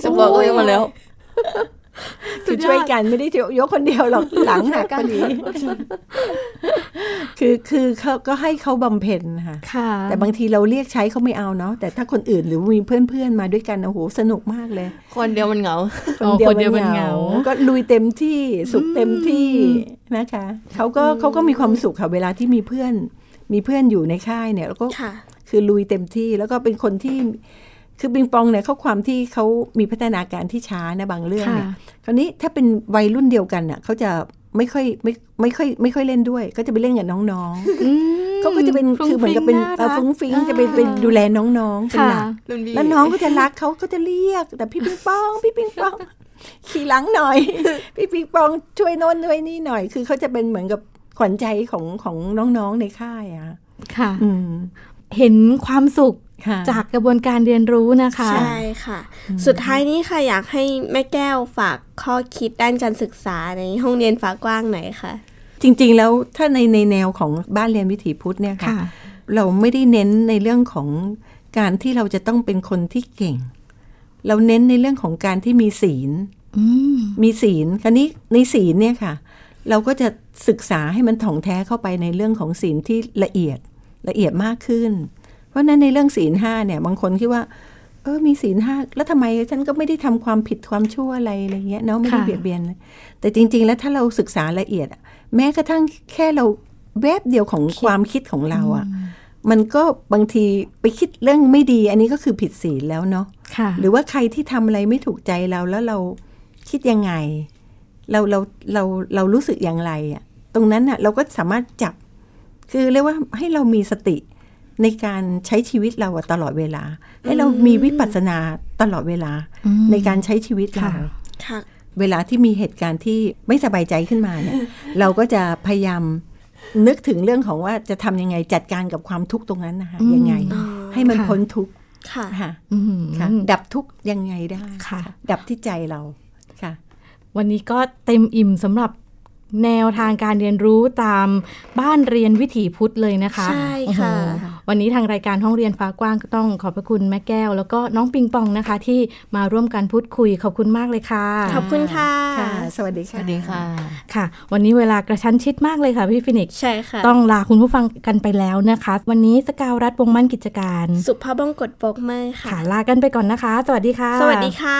[SPEAKER 5] สิบกว่าก็ยกมาแล้ว
[SPEAKER 4] คือช่วยกันไม่ได้ยกคนเดียวหรอกหลังหักพอดีคือคือเขาก็ให้เขาบำเพ็ญค่ะ
[SPEAKER 3] ค่ะ
[SPEAKER 4] แต่บางทีเราเรียกใช้เขาไม่เอาเนาะแต่ถ้าคนอื่นหรือมีเพื่อนๆมาด้วยกันโอ้โหสนุกมากเลย
[SPEAKER 5] คนเดียวมันเหงา
[SPEAKER 3] อ๋อคนเดียวมันเหงา
[SPEAKER 4] ก็ลุยเต็มที่สุขเต็มที่นะคะเขาก็เขาก็มีความสุขค่ะเวลาที่มีเพื่อน มีเพื่อนอยู่ในค่ายเนี่ยแล้วก็
[SPEAKER 2] ค่ะ
[SPEAKER 4] คือลุยเต็มที่แล้วก็เป็นคนที่ คือปิงปองเนี่ยเขาความที่เขามีพัฒนาการที่ช้านะบางเรื่องเนี่ย
[SPEAKER 3] ค่ะ
[SPEAKER 4] คราวนี้ถ้าเป็นวัยรุ่นเดียวกันน่ะเขาจะไม่ค่อยไม่ไม่ค่อยไม่ค่อยเล่นด้วยก็จะไปเล่นกับน้อง
[SPEAKER 3] อืม
[SPEAKER 4] ๆเขาก็จะเป็นคือเหมือนกับเป็น
[SPEAKER 3] ฟรุ้ง
[SPEAKER 4] เอ่อ
[SPEAKER 3] ฟริ้
[SPEAKER 4] ฟุ้ง
[SPEAKER 3] ง
[SPEAKER 4] ฟิ้ง
[SPEAKER 3] น่ารัก
[SPEAKER 4] จะเป็นเป็นดูแลน้องๆเป็น
[SPEAKER 3] ค่ะ
[SPEAKER 4] หลัก
[SPEAKER 5] รุ่นพี่
[SPEAKER 4] แล้วน้องก็จะรักเขาก็จะเรียก แต่พี่ปิงปอง พี่ปิงปอง ขี่หลังหน่ อย พี่ปิงปองช่วยโน้นช่วยนี่หน่อย คือเขาจะเป็นเหมือนกับขวัญใจของของน้องๆในค่ายอะ
[SPEAKER 3] ค่ะ
[SPEAKER 4] อืม
[SPEAKER 3] เห็นความสุข
[SPEAKER 4] ค่ะ
[SPEAKER 3] จากกระบวนการเรียนรู้นะคะ
[SPEAKER 2] ใช่ค่ะ สุดท้ายนี้ค่ะอยากให้แม่แก้วฝากข้อคิดด้านการศึกษาในห้องเรียนฟ้ากว้างหน่อยค่ะ
[SPEAKER 4] จริง ๆ แล้วถ้าในในแนวของบ้านเรียนวิถีพุทธเนี่ยค่ะ
[SPEAKER 3] ค่ะ
[SPEAKER 4] เราไม่ได้เน้นในเรื่องของการที่เราจะต้องเป็นคนที่เก่ง เราเน้นในเรื่องของการที่มีศีล
[SPEAKER 3] อืม
[SPEAKER 4] มีศีลคราวนี้ในศีลเนี่ยค่ะ เราก็จะศึกษาให้มันถ่องแท้เข้าไปในเรื่องของศีลที่ละเอียดละเอียดมากขึ้น เพราะฉะนั้นในเรื่องศีลห้าเนี่ยบางคนคิดว่า เออมีศีลห้าแล้วทำไมฉันก็ไม่ได้ทำความผิดความชั่วอะไรอะไรเงี้ยเนาะไม่ได้
[SPEAKER 3] ค่ะ
[SPEAKER 4] เบียดเบียนเลยแต่จริง ๆ แล้วถ้าเราศึกษาละเอียดอะแม้กระทั่งแค่เราแวบเดียวของความคิดของเราอะมันก็บางทีไปคิดเรื่องไม่ดี อันนี้ก็คือผิดศีลแล้วเนาะ
[SPEAKER 3] ค่ะ
[SPEAKER 4] หรือว่าใครที่ทำอะไรไม่ถูกใจเราแล้วเราคิดยังไง เราเราเราเรารู้สึกอย่างไรอะตรงนั้นน่ะเราก็สามารถจับ คือเรียกว่าให้เรามีสติในการใช้ชีวิตเราอะตลอดเวลา ให้เรามีวิปัสสนาตลอดเวลา
[SPEAKER 3] อืม
[SPEAKER 4] ในการใช้ชีวิตเรา
[SPEAKER 3] ค่ะ
[SPEAKER 2] ค่ะ
[SPEAKER 4] เวลาที่มีเหตุการณ์ที่ไม่สบายใจขึ้นมา เนี่ย เราก็จะพยายามนึกถึงเรื่องของว่าจะทำยังไงจัดการกับความทุกข์ตรงนั้นนะคะ
[SPEAKER 3] อืม
[SPEAKER 4] ยังไง
[SPEAKER 2] อ๋อ
[SPEAKER 4] ให้มัน
[SPEAKER 3] ค่ะ
[SPEAKER 4] พ้นทุกข์
[SPEAKER 2] ค่ะ
[SPEAKER 4] ค่ะ
[SPEAKER 3] อืม
[SPEAKER 4] ค่ะดับทุกข์ยังไงได้
[SPEAKER 3] ค่ะ
[SPEAKER 4] ดับที่ใจเราค่ะ
[SPEAKER 3] วันนี้ก็เต็มอิ่มสำหรับแนวทางการเรียนรู้ตามบ้านเรียนวิถีพุทธเลยนะคะ
[SPEAKER 2] ใช่ค่ะ
[SPEAKER 3] โอ้โหวันนี้ทางรายการห้องเรียนฟ้ากว้างก็ต้องขอบพระคุณแม่แก้ว แล้วก็น้องปิงปองนะคะ ที่มาร่วมกันพูดคุยขอบคุณมากเลยค่ะ
[SPEAKER 2] ขอบคุณค่ะ
[SPEAKER 4] ค่ะ สวัสดี
[SPEAKER 5] ส
[SPEAKER 4] ค่ะ
[SPEAKER 5] วัสดีค่ะ
[SPEAKER 3] ค่ะ วันนี้เวลากระชั้นชิดมากเลยค่ะพี่ฟินิกซ์
[SPEAKER 2] ใช่ค่ะ
[SPEAKER 3] ต้องลาคุณผู้ฟังกันไปแล้วนะคะ วันนี้สกาวรัฐวงศ์มั่นกิจการ
[SPEAKER 2] สุภาพบงกฎโปกเมอร์
[SPEAKER 3] ค่ะ
[SPEAKER 2] ค่ะ
[SPEAKER 3] ลากันไปก่อนนะคะ สวัสดีค่ะ
[SPEAKER 2] สวัสดีค่ะ